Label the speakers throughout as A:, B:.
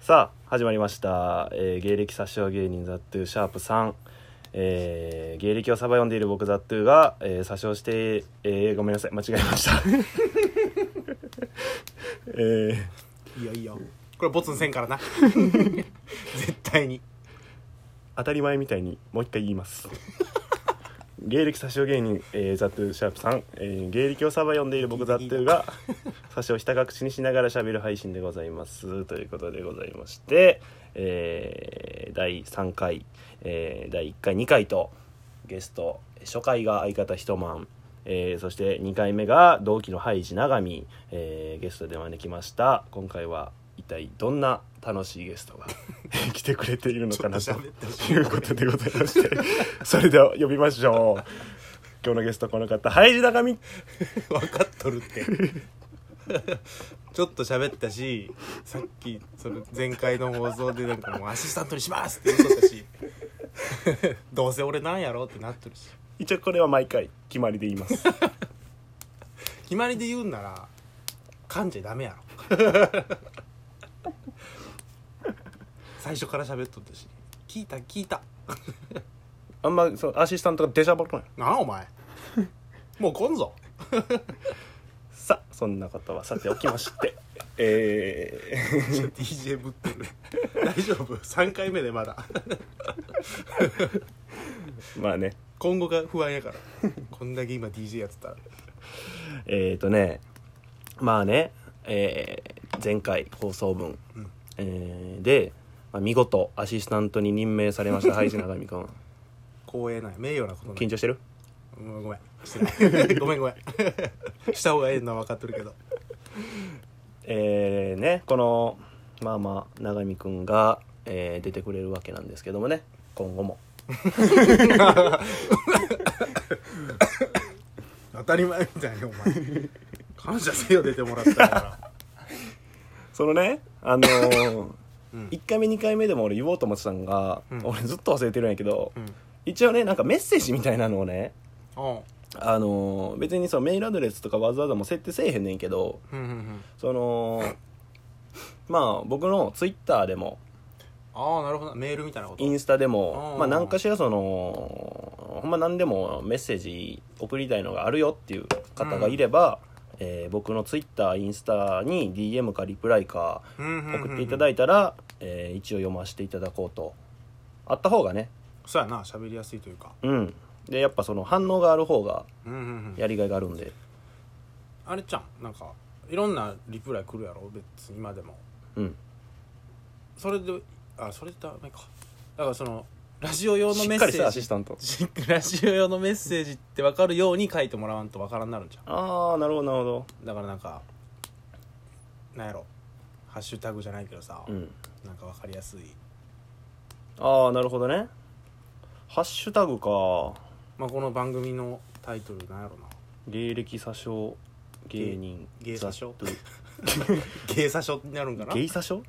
A: さあ始まりました、えー芸歴詐称芸人ザットゥーシャープ3、えー芸歴をさば読んでいる僕ザットゥーが、えー、詐称して、えーごめんなさい間違えました えー
B: いいよいいよこれボツにせんから な絶対に
A: 当たり前みたいにもう一回言います芸歴詐称芸人、えーザットゥーシャープさん、えー芸歴をサバ読んでいる僕ザットゥーが詐称をひた隠しにしながら喋る配信でございますということでございまして、えー第3回、えー第1回2回とゲスト初回が相方ヒトマン、えーそして2回目が同期のハイジ永見、えーゲストで招きました今回は一体どんな楽しいゲストが 来てくれているのかな
B: ち
A: と
B: ょっと喋ってほし
A: いうことでございましてそれでは呼びましょう今日のゲストこの方ハイジ永見
B: 分かっとるってちょっと喋ったしさっきその前回の放送でなんかもうアシスタントにしますって言うとったし どうせ俺なんやろってなっとるし
A: 一応これは毎回決まりで言います
B: 決まりで言うんなら噛んじゃダメやろ最初から喋っとったし聞いた聞いた
A: あんまそのアシスタントが出しゃばらない
B: なあお前もう来んぞ
A: さあそんなことはさておきまして えー
B: DJ ぶってる 大丈夫3回目でまだ
A: まあね
B: 今後が不安やからこんだけ今 DJ やってたら
A: えー、とねまあね、えー前回放送分、
B: うん
A: えーで、まあ、見事アシスタントに任命され ましたハイジ永見君
B: 光栄ない名誉なことない
A: 緊張してる
B: うんごめんしてない ごめんごめんした方がええのは分かってるけど
A: えーねこのまあまあ永見君が、えー出てくれるわけなんですけどもね今後も
B: 当たり前みたいにお前感謝せよ出てもらっ たから
A: そのねあの ー
B: うん
A: 1回目2回目でも俺言おうと思ってたんが、
B: うん
A: 俺ずっと忘れてるんやけど、
B: うん
A: 一応ねなんかメッセージみたいなのをね
B: おう
A: あのー別にそのメールアドレスとかわざわざもう設定せえへんねんけど
B: うんうんうん
A: そのまあ僕のツイッターでも
B: ああなるほどメールみたいなこと
A: インスタでも
B: あー
A: まあ何かしらそのほんま何でもメッセージ送りたいのがあるよっていう方がいれば、えー僕のツイッターインスタに DM かリプライか送
B: 送
A: っていただいたら、えー一応読ませていただこうとあった方がね
B: そうやな喋りやすいというか
A: うんでやっぱその反応がある方が
B: うんうんうん
A: やりがいがあるんで
B: あれちゃんなんかいろんなリプライ来るやろ別に今でも
A: うん
B: それであそれダメかだからそのラジオ用の
A: し
B: メ
A: っ
B: ッ
A: かりし
B: セ
A: た
B: ー
A: アシ
B: ジ
A: スタント
B: しっラジ オ用のメッセージって分かるように書いてもらわんと分からんなるんじゃ
A: ああなるほどなるほど
B: んだからなんかなんやろハッシュタグじゃないけどさ、
A: うん
B: なんか分かりやすい
A: ああなるほどねハッシュタグか
B: まあこの番組のタイトルなんやろな
A: 芸歴詐称芸人
B: 芸芸詐称
A: ザッ
B: 芸者書になるんかな
A: ド芸詐称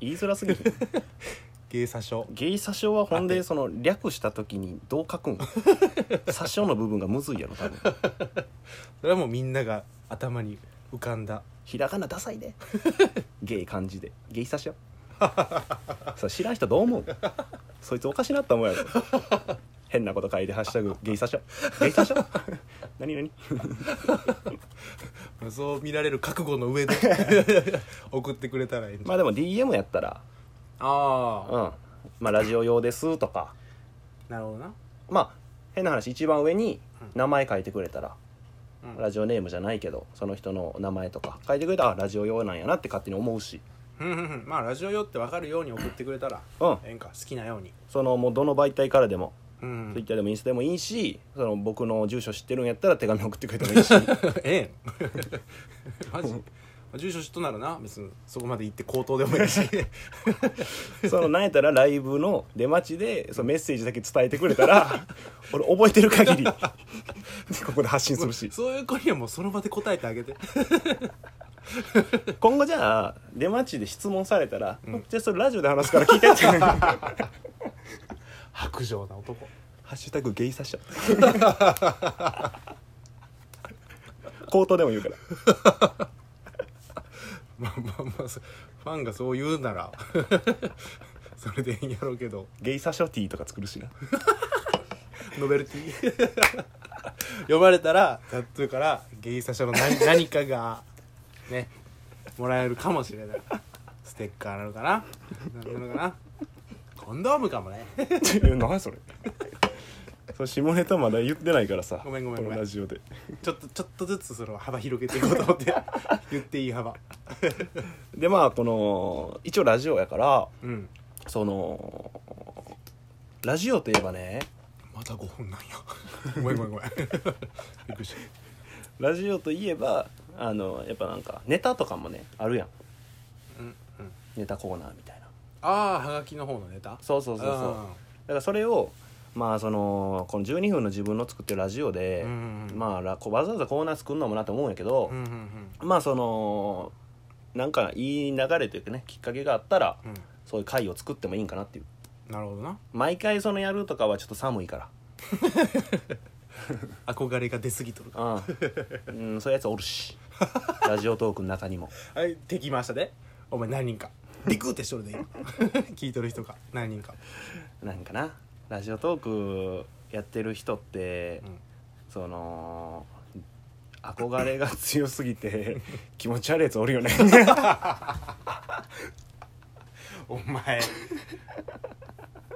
A: 言いづらすぎる
B: 芸者書
A: 芸詐称はほん
B: あ
A: で
B: て
A: その略した時にどう書 くん詐称の部分がむずいやろ多分
B: それはもうみんなが頭に浮かんだ
A: ひらがなダサい で芸漢字で芸詐称 それ知らん人どう思うそいつおかしなったもんやろ 変なこと書いて「ハッシュタグ芸詐称芸詐 称何何
B: そう見られる覚悟の上 で送ってくれたらいいんじゃん
A: まあでも DM やったらう
B: あ
A: んまあラジオ用ですとか
B: なるほどな、
A: まあ変な話一番上に名前書いてくれたら、
B: うん
A: ラジオネームじゃないけどその人の名前とか書いてくれたらあラジオ用なんやなって勝手に思うし
B: うんうん うんまあラジオ用って分かるように送ってくれたら
A: うん
B: ええんか好きなように
A: そのもうどの媒体からでも
B: うん え
A: Twitter でもインスタでもいいしその僕の住所知ってるんやったら手紙送ってくれてもいい し
B: えやん マジ住所知っとならな別にそこまで行って口頭でもいい し
A: そのなんやったらライブの出待ちでそのメッセージだけ伝えてくれたら俺覚えてる限りここで発信するし
B: そういう子にはもうその場で答えてあげて
A: 今後じゃあ出待ちで質問されたら、じゃあそれラジオで話すから聞いてってハ
B: 白状な男
A: ッシュタグゲイサッシャ 口頭でも言うから
B: まあまあまあそファンがそう言うなら それでええんやろうけど
A: ゲイサショティーとか作るしな
B: ノベルティ呼ばれたらタトゥーからゲイサシャの何 何かがねもらえるかもしれないステッカーなのかな何なのかなコンドームかもね
A: え何それそれ下ネタまだ言ってないからさ
B: ごめんごめ
A: こ
B: んごめん
A: のラジオで
B: ちょっとちょっとずつその幅広げていこうと思って 言っていい幅
A: でまあこの一応ラジオやから
B: うん
A: そのラジオといえばね
B: まだ5分なんやごめんごめんごめんびっくりし
A: ラジオといえばあのやっぱなんかネタとかもねあるやん
B: た、うんうん、
A: ネタコーナーみたいな
B: ああはがきの方のネタ
A: そうそうそうそうだからそれをまあそのこの12分の自分の作ってるラジオで、
B: うんうん
A: まあらこわざわざコーナー作るのもなと思うんやけど
B: うん、うんうん
A: まあそのなんかいい流れというかねきっかけがあったら
B: うん
A: そういう回を作ってもいいんかなっていう
B: なるほどな
A: 毎回そのやるとかはちょっと寒いか
B: 憧れが出過ぎとるから
A: うん、うん、そういうやつおる しラジオトークの中にも
B: はい、できましたで、お前何人か。ビクってしとるで今。 聞いとる人が何人か。
A: なんかなラジオトークやってる人って、
B: うん
A: その憧れが強すぎ て気持ち悪いやつおるよね
B: お前。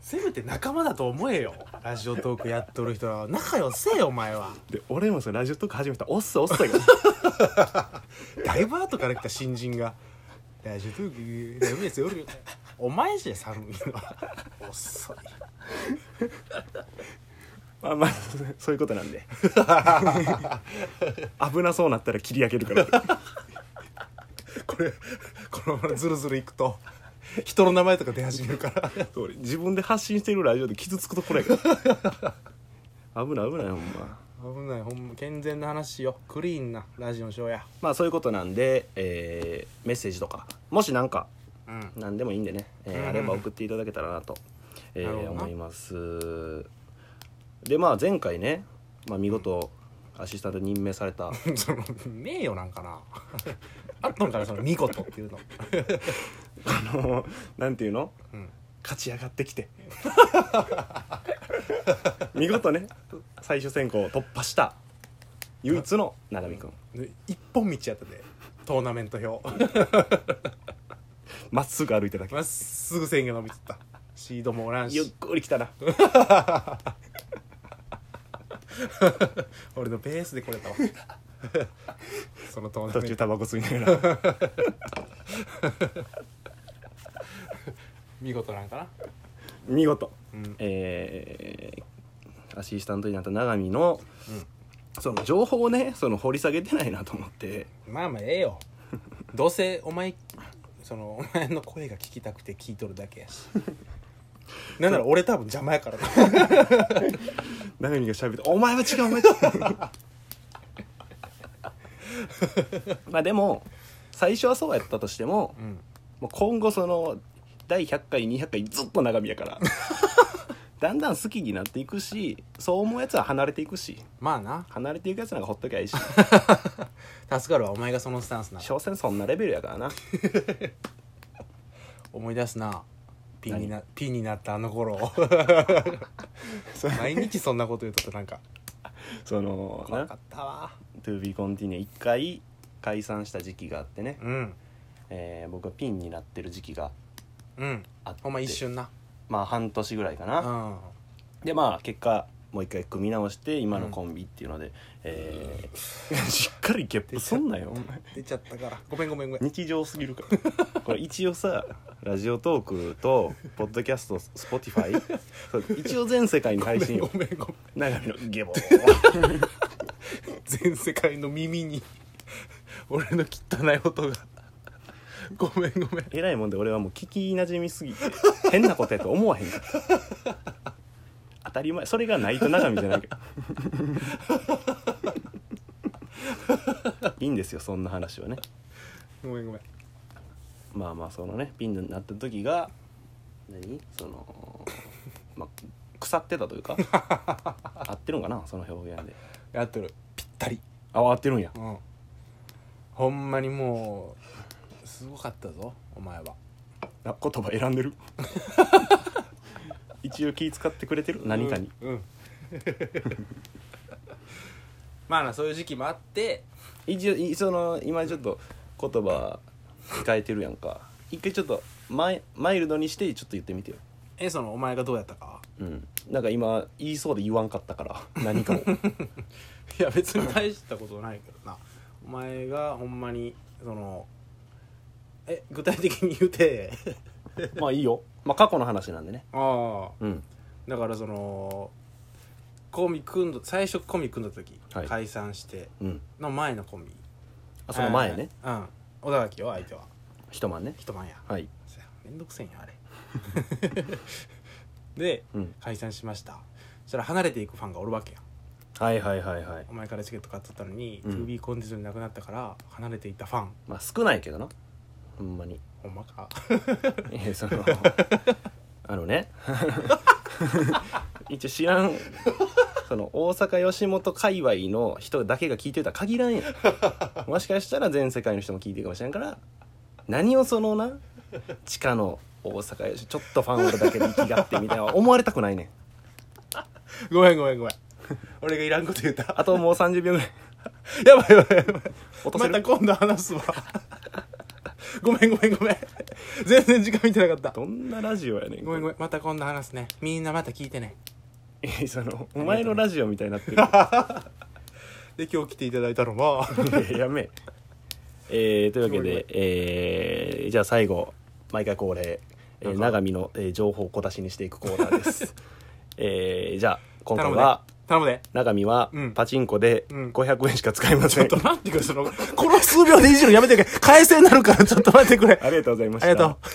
B: せめて仲間だと思えよ。ラジオトークやっとる人は仲良せえよお前は。
A: で俺もそのラジオトーク始めたらおっさおっさよ
B: だいぶ後から来た新人が。ラジオトークだめですよ。お前じゃ寒いのは。遅い。
A: まあまあそういうことなんで 危なそうなったら切り上げる から
B: これこのままズルズルいくと人の名前とか出始めるから。
A: 俺自分で発信してるラジオで傷つくところやから 危ない危ないほんま
B: 危ないほんま健全な話よ。クリーンなラジオのショーや。
A: まあそういうことなんで、えーメッセージとかもしなんか
B: うん。
A: 何でもいいんでね、えー
B: うん
A: あれば送っていただけたらなと、えー
B: なるほどな
A: 思いますでまあ前回ね、まあ、見事アシスタントに任命された
B: その名誉なんかな あったんかなその見事っていうの
A: あのなんていうの
B: うん
A: 勝ち上がってきて見事ね最終選考を突破した唯一の永見君
B: で一本道やったでトーナメント表
A: まっすぐ歩いてただけ
B: まっすぐ線が伸びてったシードもおらん
A: ゆっ
B: し
A: くり来たな
B: 俺のペースで来れたわ そのトー
A: 途
B: ナメ
A: 中
B: ント
A: タバコ吸いな がら
B: 見事なんかな
A: 見事、
B: うん
A: えーアシスタントになった永見の、その情報をねその掘り下げてないなと思って
B: まあまあええよどうせお前そのお前の声が聞きたくて聞いとるだけや しなんなら俺多分邪魔やからな
A: 永見が喋って「お前は違うお前は違う」 まあでも最初はそうやったとしても,、
B: ん
A: もう今後その第100回200回ずっと永見やから だんだん好きになっていくしそう思うやつは離れていくし
B: まあな
A: 離れていくやつなんかほっときゃいいし
B: 助かるわお前がそのスタンスなら
A: 所詮そんなレベルやからな
B: 思い出すなピンになピンになったあ の頃毎日そんなこと言うとったなんか
A: その
B: 怖かったわ
A: 「TOBECONTINUE」1回解散した時期があってね、
B: うん
A: えー僕がピンになってる時期が
B: うん
A: あって
B: お前一瞬な
A: まあ半年ぐらいかな、
B: うん
A: でまあ結果もう一回組み直して今のコンビっていうので、えー しっかりゲップすんなよお前
B: 出ちゃったからごめんごめんごめん
A: 日常すぎるから これ一応さラジオトークとポッドキャストスポティファイ一応全世界に配信
B: ご
A: よ
B: めんごめん
A: 長見のゲボ
B: 全世界の耳に俺の汚い音がごめんごめん
A: えらいもんで俺はもう聞きなじみすぎて変なことやと思わへんから当たり前それがないと長見じゃないけどいいんですよそんな話はね
B: ごめんごめん
A: まあまあそのねピンになった時が何その、まあ、腐ってたというか合ってるんかなその表現で
B: やっとるぴったり
A: あ合ってるんや
B: うんほんまにもうすごかったぞお前は
A: あ言葉選んでる一応気使ってくれてる何々、
B: うん、うん まあなそういう時期もあって
A: 一応いその今ちょっと言葉変えてるやんか一回ちょっとマイマイルドにしてちょっと言ってみてよ
B: えそのお前がどうやったか
A: うんなんか今言いそうで言わんかったから 何かを
B: いや別に大したことないけどなお前がほんまにそのえ具体的に言 うて
A: まあいいよまあ過去の話なんでね
B: ああ
A: うん
B: だからそのコンビ組んだ最初コンビ組んだ時、
A: はい
B: 解散して
A: うん
B: の前のコンビ
A: あその前ね、
B: うん小田垣よ相手は
A: 一晩ね
B: 一晩や
A: はい
B: そやめんどくせえんやあれ で
A: うん
B: 解散しましたそしたら離れていくファンがおるわけやん
A: はいはいはいはい
B: お前からチケット買っとったのに、
A: うん
B: 2B コンディションなくなったから離れていったファン
A: まあ少ないけどなほんまに
B: ほんまか
A: いやその あのね 一応知らんその大阪吉本界隈の人だけが聞いてるとは限らんやんもしかしたら全世界の人も聞いてるかもしれんから何をそのな地下の大阪吉ちょっとファンおるだけで生きがってみたいな思われたくないねん
B: ごめんごめんごめん俺がいらんこと言った
A: あともう30秒ぐらい
B: やばいやばいやばい
A: 落とせ
B: ま
A: る、
B: た今度話すわ ごめんごめんごめん全然時間見てなかった
A: どんなラジオやねん
B: ごめんごめんまた今度話すねみんなまた聞いてね
A: えそのお前のラジオみたいになってる
B: で今日来ていただいたのは
A: い ややめえ。えー、というわけで、えー、じゃあ最後毎回恒例、え
B: どう
A: ー、
B: ぞ
A: 長見の、えー情報を小出しにしていくコーナー です、えー、じゃあ今回は
B: 頼むで
A: 長見は
B: うん
A: パチンコで
B: うん
A: 500円しか使いません、
B: ちょっと待ってくれそのこの数秒でいじるのやめてくれ返せになるからちょっと待ってくれ
A: ありがとうございまし
B: あ
A: た
B: りがとう